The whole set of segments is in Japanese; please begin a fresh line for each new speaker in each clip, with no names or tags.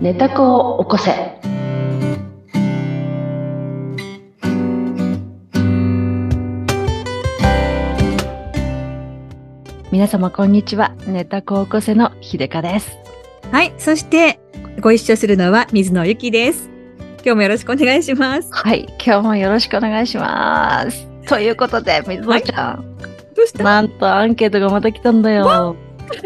寝た子を起こせ。皆様こんにちは。寝た子を起こせの秀香です。
はい。そして、ご一緒するのは水野ゆきです。今日もよろしくお願いします。
はい、今日もよろしくお願いします。ということで、水野ちゃん、
どうした
なんとアンケートがまた来たんだよ。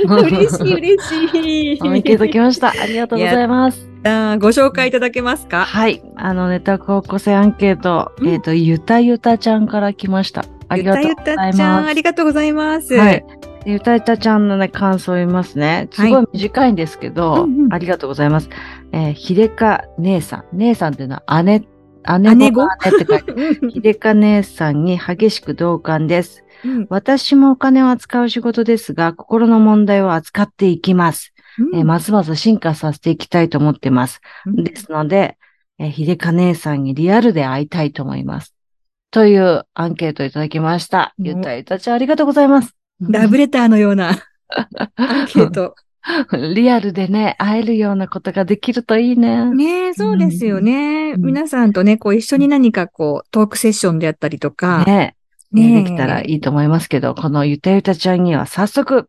嬉しい、嬉しい。
アンケート来ました。ありがとうござい ます。
あーご紹介いただけますか
はい、あのネタ高校生アンケート、
うん
えっ、とゆたゆたちゃんから来ました。ありがとう
ゆ
ご
たゆ
ざい
たちゃん、
ま
あ
す。
りがとうございます。
はい、ゆたゆたちゃんのね感想を言いますね。すご
はい
短いんですけど、
うんうん
ありがとうございます。えー、ひでか姉さん、姉さんっていうのは姉姉
姉
御
御
の姉って書 いて。
うん
ひでか姉さんに激しく同感です。
うん
私もお金を扱う仕事ですが、心の問題を扱っていきます。えーますます進化させていきたいと思ってます。
うん
ですので、えー、秀香姉さんにリアルで会いたいと思います。というアンケートをいただきました。
うん
ゆたゆたちゃんありがとうございます。
ラブレターのよ うなアンケート。
リアルでね、会えるようなことができるといいね。
ねえ、そうですよね。
うん
皆さんとね、こう一緒に何かこうトークセッションであったりとか。
ね
ねえ
できたらいいと思いますけど、このゆたゆたちゃんには早速、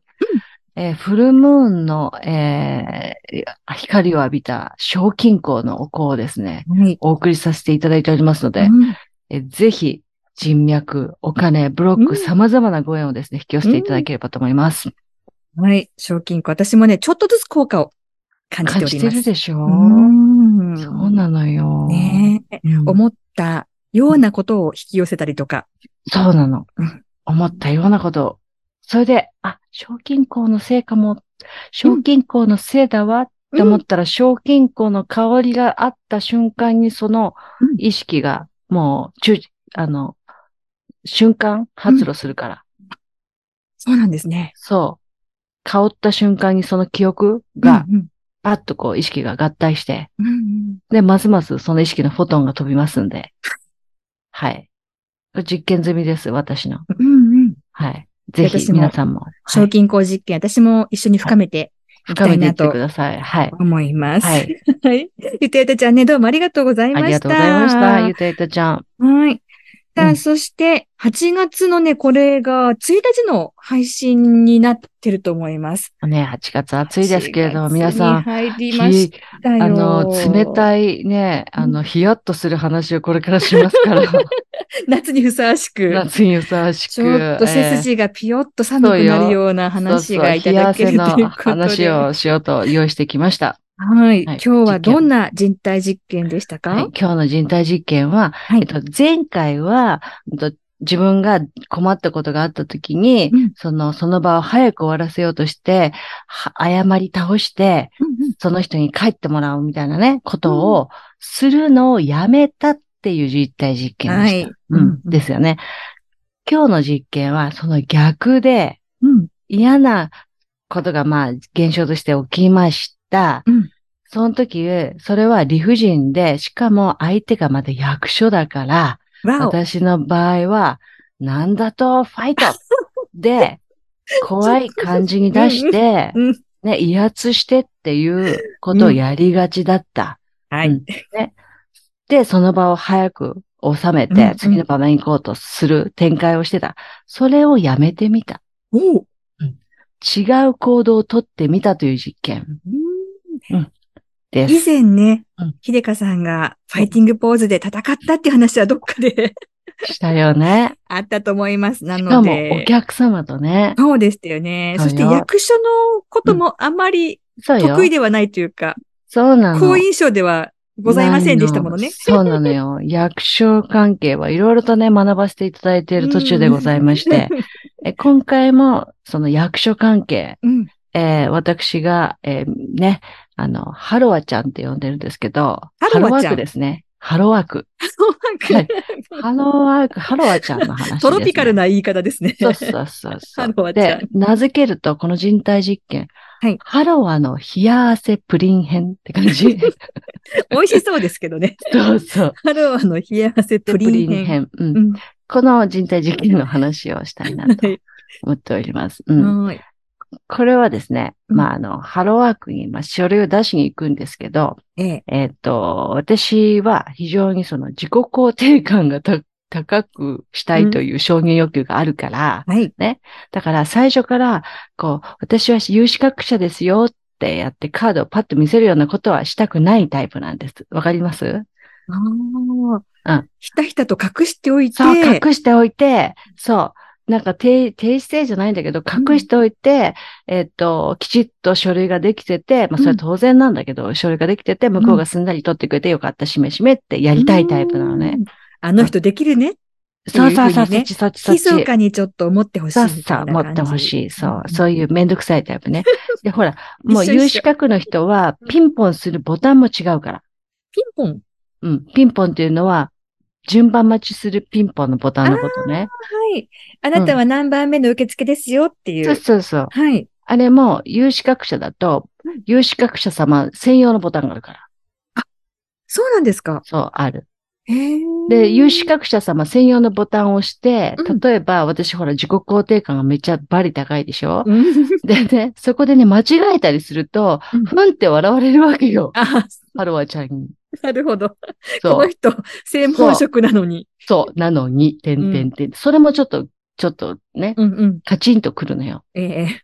えーフルムーンの、えー光を浴びた小金光のお香をですね、
はい。
お送りさせていただいておりますので、
うん
えぜひ、人脈、お金、ブロッ
う
ク、
ん
様々なご縁をですね、引き寄せていただければと思います。
はい。賞金庫。私もね、ちょっとずつ効果を感じて
感
お
じ
り
て
ます。
るでしょ、
うん
そうなのよ。
ねえ、
うん
思ったようなことを引き寄せたりとか。
そうなの
うん。
思ったようなことを。それで、あ、賞金庫のせいかも、賞金庫のせいだわって思ったら、賞金庫の香りがあった瞬間に、その
うん
意識が、もう、ちゅあの、瞬間発露するから。
そうなんですね。
そう。香った瞬間にその記憶が、
うん
パッとこう意識が合体して、
うんうん
で、ますますその意識のフォトンが飛びますんで。はい。実験済みです、私の。
うんうんうん
はい。ぜ
私
ひ
も
皆さんも、は
賞
い、
金庫実験、私も一緒に深めてい
深
きた
め
い
ていっ
な
て
と
ください。はい。
思います。
は
はいい。ゆたゆたちゃんね、どうもありがとうござい
あ
ました。
りがとうございました。ゆたゆたちゃん。
はい。さあ、
うん
そして、8月のね、これが1日の配信になってると思います。
ね、8月暑いですけれども、皆さん、
8月に入りまし
ひ
たよ。
あの、冷
い。
たいね、あの、ヒヤッとする話をこれからしますから、
夏にふさわしく。
夏にふさわしく。
ちょっと背
えー
筋がピヨッと寒くなるような話がいただける
そ
と
うそう冷
い
や
う
汗
こと
の話
で。
をしようと用意してきました。
はい。
はい
今日はどんな人体実験でした
はい
か
今日の人体実験は、
は
えっ。と、前回は、うんと自分が困ったことがあった時に、
うん
その、その場を早く終わらせようとして、は誤り倒して、その人に帰ってもらうみたいなね、ことをするのをやめたっていう実体実験
は
でした。
い。
うん。ですよね。今日の実験は、その逆で、
うん。
嫌なことがまあ現象として起きました。
うん
その時、それは理不尽で、しかも相手がまだ役所だから、
わお。
私の場合は、なんだとフ ァイトで、怖い感じに出して
うんうん、
ね、威圧してっていうことをやりがちだった。
は
うん
い。
で、その場を早く収め
うんう
て
ん、
次の場面に行こうとする展開をしてた。それをやめてみた。
おう。
違う行動をとってみたという実験で
以
す。
前ね
うん、
ひでかさんがファイティングポーズで戦ったっていう話はどっかで
したよね。
あったと思います。な
しか
の
もお
で。
客様とね。
そうでしたよね。
そう
そ
よ
して役所のこともあまり
そうよ
得意。ではないというか、
そうなの。
好印象ではございませんでしたもの
ない
ね。
そうなのよ。役所関係はいろいろとね、学ばせていただいている途中でございま して、え今回もその役所関係、
うん。
えー私が、えーね、あの、ハロワちゃんって呼んでるんですけど、
ハロワちゃん
ワークですね。ハロワーク。
そう
は
なん
い
か、
ハロワーク、ハロワちゃんの話です、ね。
トロピカルな言い方ですね。
そうそうそうそう。
ハロワちゃ
で
ん、
名付けると、この人体実験。
はい
ハロワの冷や汗プリン編って感 じ。
美味しそうですけどね。
そうそう。
ハローの冷や汗プリン編。
プリン編。うん。
うん
この人体実験の話をしたいなと
はい
思っております。うん。
はい。
これはですね、
うん
まあ、あの、ハローワークに、まあ、書類を出しに行くんですけど、
ええ。
えっ、と、私は非常にその自己肯定感がた 高くしたいという承認欲求があるから、
はい。
だから最初から、こう、私は有資格者ですよってやってカードをパッと見せるようなことはしたくないタイプなんです。わかります
ああ。
うん
ひたひたと隠しておいて。
そう、隠しておいて、そう、なんか低低姿勢じゃないんだけど、隠しておいて、えっと、きちっと書類ができてて、まあそれは当然なんだけど、書類ができてて、向こうがすんなり取ってくれてよかった、しめしめってやりたいタイプなのね
う。ん。あの人できるね。
そうそうそう、そ
っていうふうに
っ
ね
ちそっちそっ
ひ
ち。
そかにちょっと思ってほしい
そう
み
そ
た
う、
いな感じ。
持ってほしい。そう、そううんいうめんどくさいタイプ ね。で、ほら、もう
一緒一緒
有資格の人は、ピンポンするボタンも違うから。
ピンポン。
うん、ピンポンっていうのは、順番待ちするピンポンのボタンのことね。
はい。あなたは何番目の受付ですよっていう。
そうそうそう。
はい。
あれも、有資格者だと
うん、
有資格者様専用のボタンがあるから。
そうなんですか。
そう、ある。
へー
で、有資格者様専用のボタンを押して
うん、
例えば、私ほら、自己肯定感がめっちゃバリ高いでしょ
うん
でね、そこでね、間違えたりすると
うん、
ふんって笑われるわけよ。
あ、
ハロワちゃんに。
なるほど。こ
そ
の
う。
人、性本職なのに。
そう。なのに、てんてんてん。それもちょっと、ちょっとね、
うんうん。
カチンとくるのよ。
ええ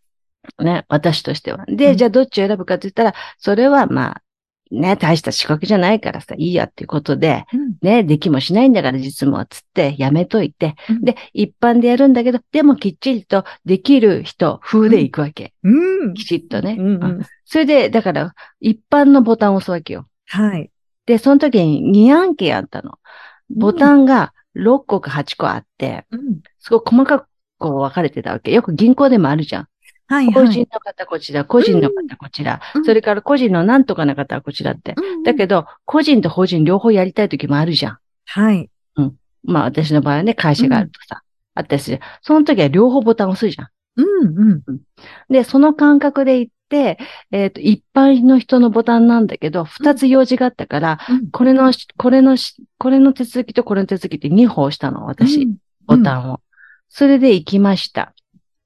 ね、私としては。
う
で、
ん
じゃあどっちを選ぶかって言ったら、それはまあ、ね、大した資格じゃないからさ、いいやっていうことで、
うん
ね、できもしないんだから実務はつってやめといて、
うん
で、一般でやるんだけど、でもきっちりとできる人風でいくわけ。
うん。
きちっとね、
うん
う
う
ん
ん。
それで、だから、一般のボタンを押すわけよ。
はい。
で、その時に2案件あったの。ボタンが6個か8個あって、
うん。
すごい細かくこう分かれてたわけ。よく銀行でもあるじゃん。
はい
個
は
人
い。
の方こちら、個人の方こちら
うん、
それから個人のなんとかの方はこちらって。だけ
ど、
ど、個人と法人両方やりたい時もあるじゃん。
はい。
まあ私の場合はね、会社があるとさ、あったりするじゃん。その時は両方ボタン押すじゃん。
うんうん。
で、その感覚で行って、えっ、と、一般の人のボタンなんだけど、二つ用事があったから、
うん
これのし、これのし、これの手続きとこれの手続きって2歩押したの、私。
うん
ボタンを。それで行きました。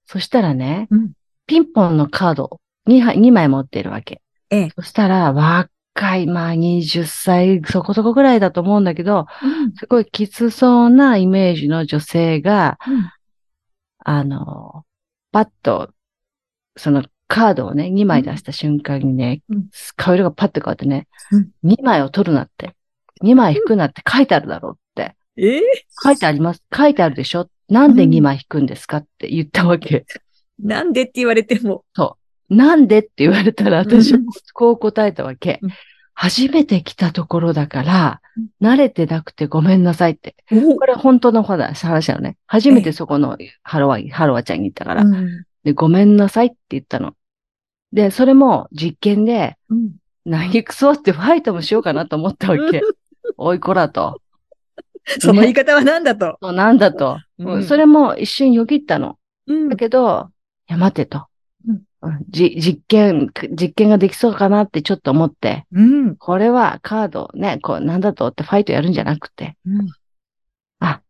そしたらね、
うん
ピンポンのカード2枚、2枚持ってるわけ。
ええ。
そしたら、若い、まあ20歳そこそこぐらいだと思うんだけど、
うん
すごいきつそうなイメージの女性が、
うん
あの、パッと、そのカードをね、2枚出した瞬間にね、
うん
顔色がパッと変わってね、
うん
2枚を取るなって、2枚引くなって書いてあるだろうって。
ええ
書いてあります。書いてあるでしょなんで2枚引くんですかって言ったわけ。
なんでって言われても。
なんでって言われたら私は
うん
こう答えたわけ
うん。
初めて来たところだから
うん、
慣れてなくてごめんなさいって。
お
これ本当の話話なのね。初めてそこのハロワ、ハロワちゃんに行ったから、
うん
で、ごめんなさいって言ったの。で、それも実験で、
うん
何くそってファイトもしようかなと思ったわけ。おいこらと。
その言い方は何だと。
そうなんだと。
うん
それも一瞬よぎったの。
うん
だけど、いや、待てと。
うん
うんじ、実験、く実験ができそうかなってちょっと思って、
うん。
これはカードをね、こう、なんだとってファイトやるんじゃなくて、
うん
あ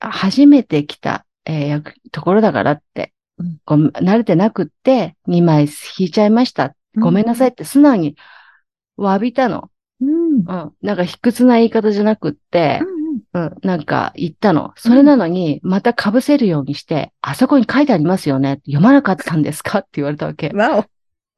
初めて来た、えー役ところだからって
うん、
ごめん慣れてなくって、2枚引いちゃいました。ごめんなさいって素直に詫びたの。
う
う
ん。
ん。なんか卑屈な言い方じゃなくって
う、
う
ん
ん、なんか言ったの。それなのに、また被せるようにして、あそこに書いてありますよね。読まなかったんですかって言われたわけ
うん。。わお。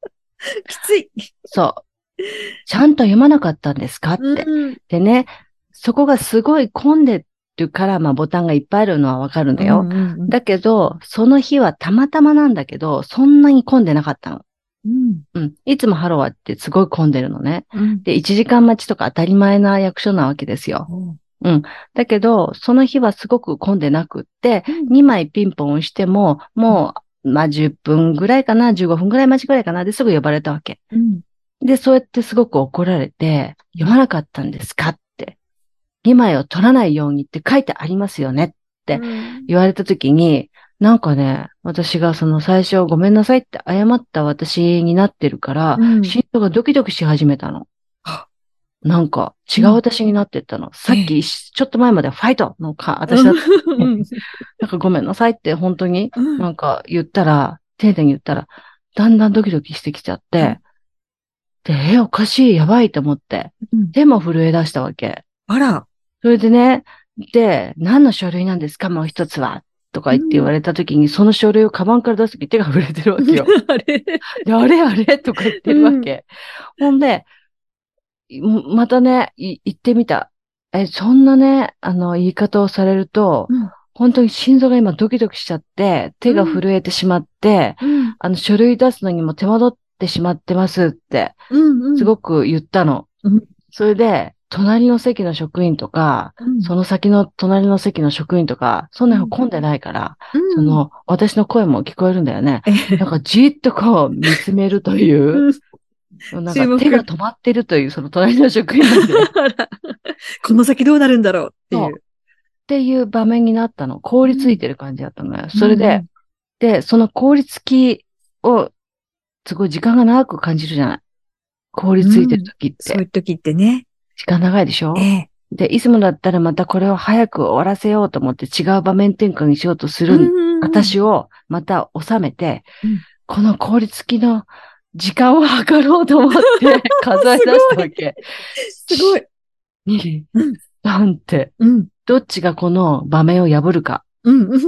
きつい。
そう。ちゃんと読まなかったんですかって。
うん。
でね、そこがすごい混んでるから、まあボタンがいっぱいあるのはわかるんだよ。
うん
だけど、その日はたまたまなんだけど、そんなに混んでなかったの。
うん
うん。いつもハロワってすごい混んでるのね。
うん
で、1時間待ちとか当たり前な役所なわけですよ。だけど、その日はすごく混んでなくって、2枚ピンポン押しても、もう、まあ10分ぐらいかな、15分ぐらい待ちぐらいかな、ですぐ呼ばれたわけ。
うん
で、そうやってすごく怒られて、読まなかったんですかって。2枚を取らないようにって書いてありますよねってで
うん
言われた時に、なんかね、私がその最初ごめんなさいって謝った私になってるから、
うん
心臓がドキドキし始めたの
は。
なんか違う私になってったの。さっ
え
き、ちょっと前まではファイトのか、私だった。
うん
なんかごめんなさいって本当に
うん
なんか言ったら、丁寧に言ったら、だんだんドキドキしてきちゃって、で、え、おかしい、やばいと思って、
うん
手も震え出したわけ。
あら。
それでね、で、何の書類なんですかもう一つは。とか言って言われた時に、その書類をカバンから出す時手が震えてるわ けよ。
あれ
であれあれとか言ってるわけ。ほんで、いまたね、い言ってみた。え、そんなね、あの、言い方をされると、
うん
本当に心臓が今ドキドキしちゃって、手が震えてしまって、
うん。
あの、書類出すのにも手間取ってしまってますって、
うんうん。
す
い。
ごく言ったの。
うん
それで、隣の席の職員とか、その先の隣の席の職員とか、そんなに混んでないから、
うん
そ、の、私の声も聞こえるんだよね。
え
なんかじーっとこう見つめると いう、
うん
なん
注
か
目
手が止まってるという、その隣の職員なんでっ
あら この先どうなるんだろうってい
そう
う。
ていう場面になったの。凍りついてる感じだったのよ。それで、で、その凍りつきを、すごい時間が長く感じるじゃない。凍りついてる時っ
そうい
て、
う時ってね。
時間長いでしょ
ええ。
で、いつもだったらまたこれを早く終わらせようと思って違う場面転換にしようとするん
私
私をまた収めて、
うん
この効率付きの時間を計ろうと思 って数え出したわけ。
すごい。
に
うん、
なんて、
うん。
どっちがこの場面を破るか
うん。うん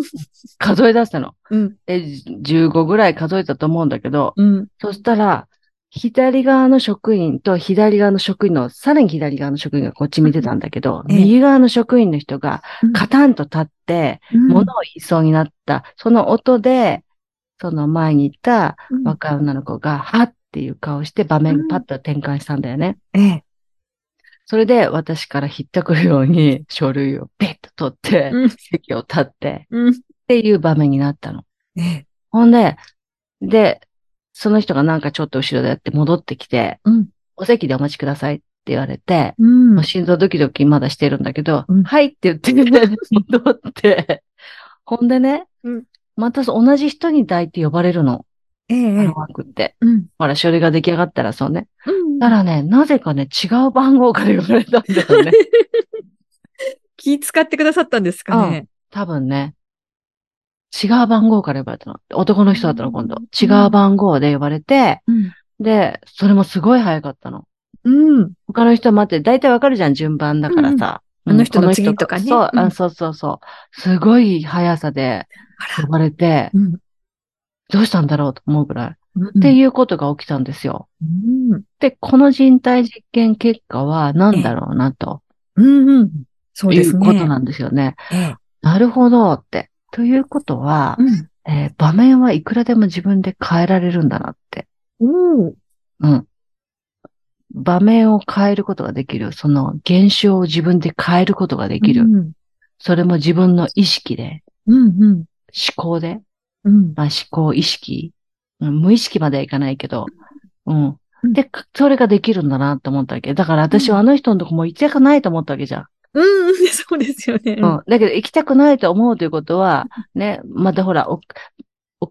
数え出したの。
うん。
で、15ぐらい数えたと思うんだけど、
うん。
そしたら、左側の職員と左側の職員の、さらに左側の職員がこっち見てたんだけど、
ええ
右側の職員の人が
うん
カタンと立って、物を言いそうになった、その音で、その前にいた
うん
若い女の子が、はっていう顔して場面
うん
パッと転換したんだよね。
ええ。
それで私からひったくるように書類をベッと取って、
うん
席を立って
うん。
っていう場面になったの。
ええ。
ほんで、で、その人がなんかちょっと後ろでやって戻ってきて、
うん。
お席でお待ちくださいって言われて、
うん
もう心臓ドキドキまだしてるんだけど、
うん
はいって言 って、戻って、ほんでね、
うん
またそう同じ人に抱いて呼ばれるの。
ええ。
あ
ええ
の枠って。
うん。
ほら、書類が出来上がったらそうね。
うん
たらね、なぜかね、違う番号から呼ばれたんだ よね。
気使ってくださったんですかね。
多分ね。違う番号から呼ばれたの。男の人だったの、今度
うん。
違う番号で呼ばれて、
うん。
で、それもすごい早かったの。
うん。
他の人待って、だいたいわかるじゃん、順番だからさ。
うんあの人の次
こ
とかね
そう、
うん
あそうそうそう。すごい速さで
あ
呼
ら。
ばれて、
うん。
どうしたんだろうと思うぐらい。っ
うん
ていうことが起きたんですよ。
うん。
で、この人体実験結果は何だろうなと。
うん。うん。そうで
い
す
う
ね。
ことなんですよね。
ええ。
なるほどって。ということは、
うん。
えー場面はいくらでも自分で変えられるんだなって。
おー
うん。場面を変えることができる。その現象を自分で変えることができる。
うん。
それも自分の意識で、
うん。うん。
思考で、
うん。
まあ、思考、意識、うん無意識まではいかないけど、うん。
うん
で、かそれができるんだなと思ったわけ。だから私はあの人のとこも行きたくないと思ったわけじゃん。
うん。そうですよね。
うん。だけど、行きたくないと思うということは、ね、またほら、お、お、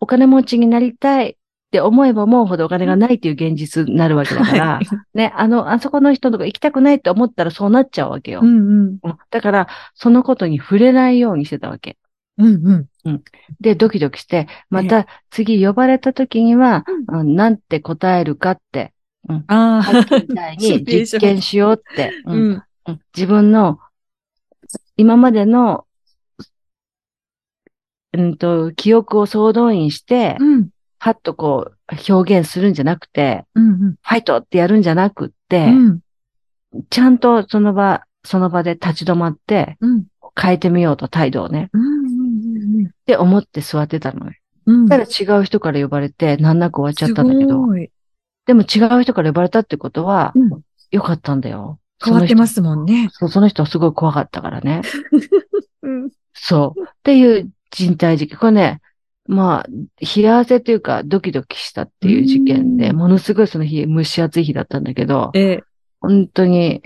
お金持ちになりたいって思えば思うほどお金がないっていう現実になるわけだから、
はい。
ね、あの、あそこの人のとこ行きたくないって思ったらそうなっちゃうわけよ。
うんうん。
うんだから、そのことに触れないようにしてたわけ。
うんうん。
で、ドキドキして、また次呼ばれた時には、
う
うん、なんて答えるかって、
あ
さっきみたい
シ
に
ミュレーショ
実
ン
験しようって、
あ。
うん
うん。
うん自分の今までの、うんと、記憶を総動員して、
うん。
はっとこう表現するんじゃなくて、
うん。
ファイトってやるんじゃなくって、
うん。
ちゃんとその場、その場で立ち止まって
うん。
変えてみようと態度をね、
うん。
って思って座ってたのね。
うん。
ただ違う人から呼ばれて難なく終わっちゃったんだけど、でも違う人から呼ばれたってことは
うん、
良かったんだよ。
変わってます
ん。
もんね。
そう、その人はすごい怖かったから ね。
うん。
そう。っていう人体実験。これね、まあ、冷や汗というか、ドキドキしたっていう事件で、
うん
ものすごいその日、蒸し暑い日だったんだけど、
ええ。
本当に、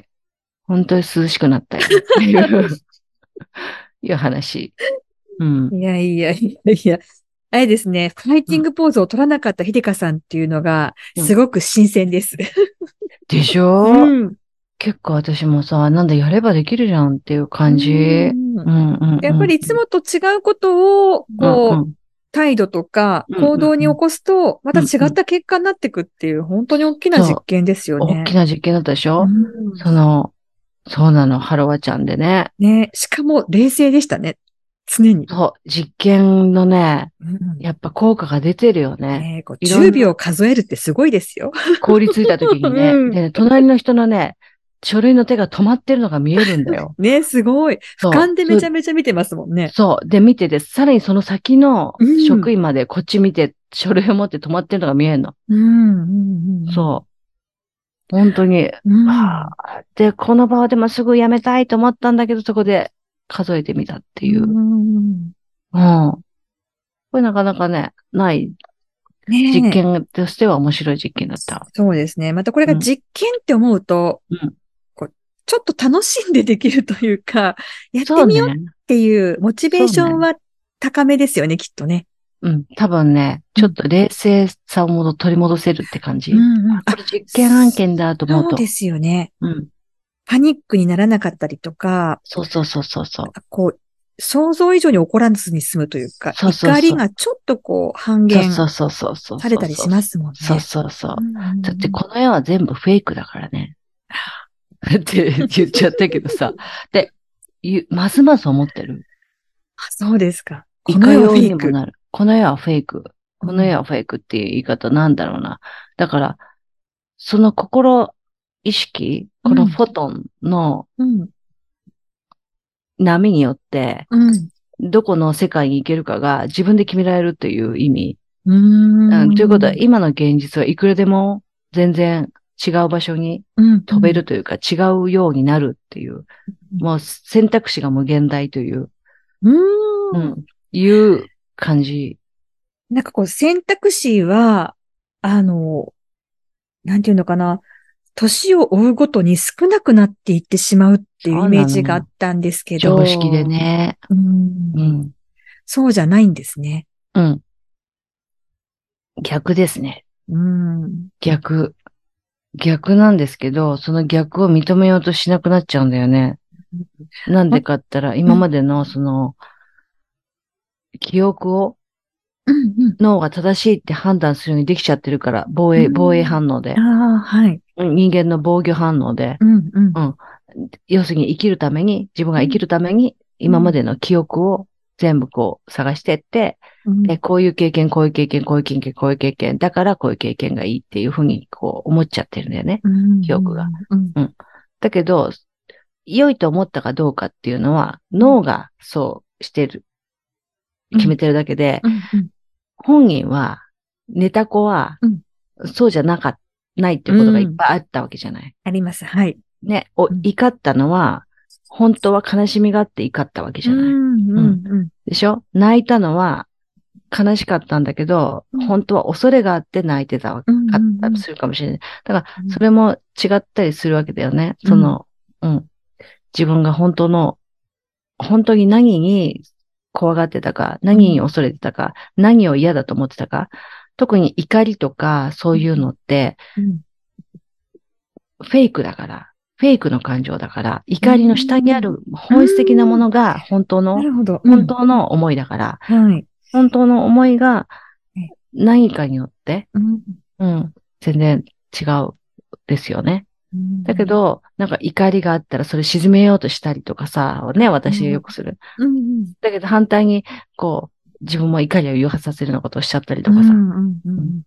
本当に涼しくなったよ っていう、いう話。うん。
いやいやいやいや。あれですね、ファイティングポーズを取らなかった秀香さんっていうのが、
うん
すごく新鮮です。
でしょ、
うん。
結構私もさ、なんだやればできるじゃんっていう感じ。
うん
うんうんうん
やっぱりいつもと違うことを、
うんう
こ
ん
態度とか
うんうんうん
行動に起こすと、また違った結果になってくっていう、本当に大きな実験ですよね
大き。な実験だったでしょ、
うん
その、そうなの、ハロワちゃんでね。
ね、しかも冷静でしたね。常に。
そう、実験のね、
うん
やっぱ効果が出てるよね。
ねこう
いろんな
10秒数えるってすごいですよ。
凍りついた時にね。
うん
でね隣の人のね、書類の手が止まってるのが見えるんだよ。
ね、すごい。
そう
俯瞰でめちゃめちゃ見てますもんね。
そう。で、見てて、さらにその先の
うん
職員までこっち見て、書類を持って止まってるのが見えるの。
うんうんうん
そう。本当に。
うん
はあで、この場はでもすぐ辞めたいと思ったんだけど、そこで数えてみたっていう。うん。
ん
これなかなかね、ない
ね
実験としては面白い実験だった。
そうですね。またこれが実験って思うと、
うん
こうちょっと楽しんでできるというか、やって
そう
み
ね
よう。っていうモチベーションは高めですよね、きっとね。
うん。多分ね、ちょっと冷静さをもど取り戻せるって感じ。
んうん
これ実験案件だと思う
そう
と。
ですよね。
うん。
パニックにならなかったりとか、
そうそうそうそうそう。
こう、想像以上に起こらずに済むというか、
そうそうそう
怒りがちょっとこう半減
そ
さ
うそうそうそう。
れたりし
す。
ますもんね。
そうそうそう。
うんうんうん
だってこの世は全部フェイクだからね。って言っちゃったけどさ。で、ゆますます思ってる。
あそうですか。
いかようにもなる。この世はフェイク。この世はフェイクっていう言い方なんだろうな。だから、その心意識、このフォトンの
うん。
波によって、
うん。
どこの世界に行けるかが自分で決められるという意味。
うん
うん、ということは、今の現実はいくらでも全然違う場所に
うん
飛べるというか、違うようになるっていう、
うん
もう選択肢が無限大という、
うん
うん、いう感じ。
なんかこう選択肢は、あの、なんていうのかな、年を追うごとに少なくなっていってしまうっていうイメージがあったんですけど。
常識でね。
うん
うん。
そうじゃないんですね。
うん。逆ですね。
うん。
逆。逆なんですけど、その逆を認めようとしなくなっちゃうんだよね。なんでかって言ったら、今までのその、記憶を
うんう
脳が正しいって判断するようにできちゃってるから、防衛、
うん
防衛反応で
ん。、ああ、はい。
人間の防御反応で、
うんうん。
要するに生きるために、自分が生きるために、今までの記憶を全部こう探してって、
うん
えこういう経験、こういう経験、こういう経験、こういう経験、だからこういう経験がいいっていうふうにこう思っちゃってるんだよね。
うん
記憶が。
うん
だけど、良いと思ったかどうかっていうのは、脳がそうしてる、
うん
決めてるだけで、
うんうん
本人は、寝た子は
うん、
そうじゃなかっないってことがいっぱいあったわけじゃない。
あります。はい。
ね、お、
うん
怒ったのは、本当は悲しみがあって怒ったわけじゃない。
うんうんうん。
でしょ泣いたのは、悲しかったんだけど、
うん
本当は恐れがあって泣いてたわけ、
うんうん
か
うん
ったりするかもしれない。だか
うん
ら、それも違ったりするわけだよね。
うん
その、うん。自分が本当の、本当に何に怖がってたか、何に恐れてたか、何を嫌だと思ってたか、特に怒りとか、そういうのって、
うん
フェイクだから、フェイクの感情だから、怒りの下にある本質的なものが本当の
な、るほど。うん
本。当の思いだから、
はい。
本当の思いが
え
何かによって、
うん
うん、全然違うですよね。だけ、ど、なんか怒りがあったらそれ沈めようとしたりとかさ、ね、私よくする。
うんうん。
だけど反対に、こう、自分も怒りを誘発させるようなことをしちゃったりと
う
かさ、
んうんうん。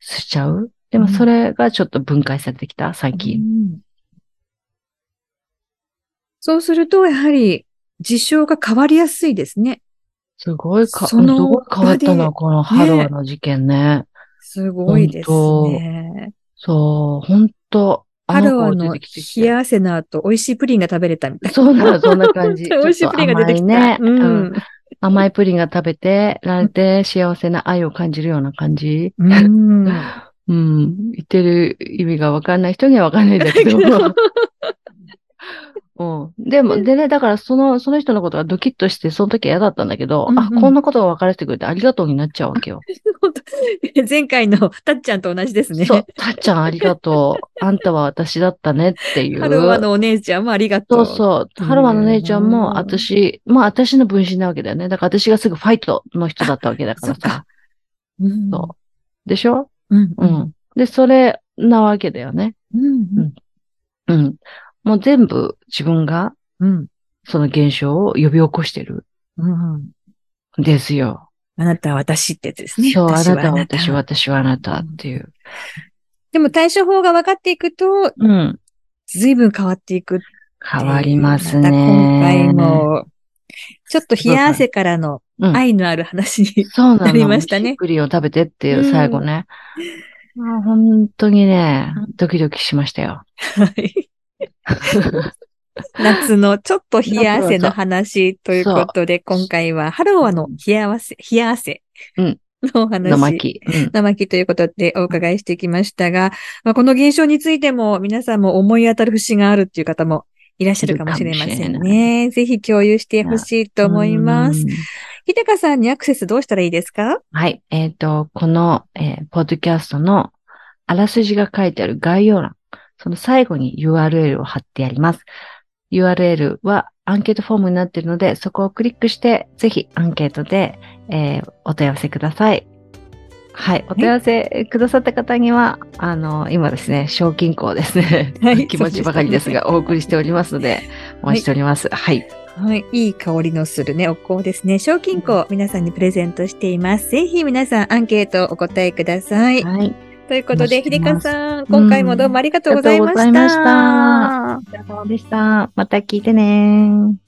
しちゃう。でもそれがちょっと分解されてきた、最近。
うんそうすると、やはり、事象が変わりやすいですね。
すごいか、す
その
ごい変わった
場
な、
で
このハローの事件ね。
すごいですね。
そう、ほんと、
ハ
あ
ロ
の
ワ
子出
の
てきてき
冷や汗の後、美味しいプリンが食べれたみたい
そうなの、そんな感
な。
じ。
美味しいプリンが出てきた。
ちょっと甘いね、
う
うん
ん。
甘いプリンが食べてられて、幸せな愛を感じるような感じ。
うん。
うん。言ってる意味がわかんない人にはわかんないんだけど。うん。でも、でね、だからその、その人のことがドキッとして、その時は嫌だったんだけど、
うんうん
あ、こんなことが分からせてくれてありがとうになっちゃうわけよ。
本当前回のたっちゃんと同じですね。
そう、たっちゃんありがとう。あ んたは私だったねっていう。
ハロワのお姉ちゃんもありがと。
そううそう。春馬の姉ちゃん
うん
も、私、まあ私の分身なわけだよね。だから私がすぐファイトの人だったわけだから
そっか
さ。
うん。
そでしょ
うん。
う。
うん
で、それなわけだよね。
ん。
うん。もう全部自分が
うん。
その現象を呼び起こしてる
うん。
んですよ。
あなたは私ってやつですね。
そう、あ
私
なたは私は
は。
私はあなたっていう。
でも対処法が分かっていくと、
うん。
随分変わっていくっていう
変わりますね。
た今回。も、ちょっと冷や汗からの
うん。
愛のある話に。
そうなの。
なりましたね
シュークリーを食べてっていううん最後ね。あ本当にね
うん、
ドキドキしましたよ。
はい夏のちょっと冷や汗の話ということで、今回はハローワの冷や汗、冷や汗
うん
のお話。
生巻き。うん
生木ということでお伺いしてきましたが、まあ、この現象についても皆さんも思い当たる節があるっていう方もいらっしゃるかもしれませ
いる
ん
かもし
ね。ぜひ共有してほしいと思います
う。ん
ひでかさんにアクセスどうしたらいいですか
はい。えっ、と、この、えーポッドキャストのあらすじが書いてある概要欄、その最後に URL を貼ってあります。URL はアンケートフォームになっているので、そこをクリックして、ぜひアンケートで、えーお問い合わせください。はい。お問い合わせくださった方には、あの、今ですね、小金庫をですね、
はい
気持ちばかりですが、お送りしておりますので、お待ちしております。はい。
はい。いい香りのするね、お香ですね。賞金庫を皆さんにプレゼントしています。ぜひ皆さんアンケートをお答えください。
はい。
というこ
お
とで、
待ちし
ひ
て
で
ます
かさん、今回もどうもありがとうございました。
うんありがとうございました。お疲れ様でした。また聞いてね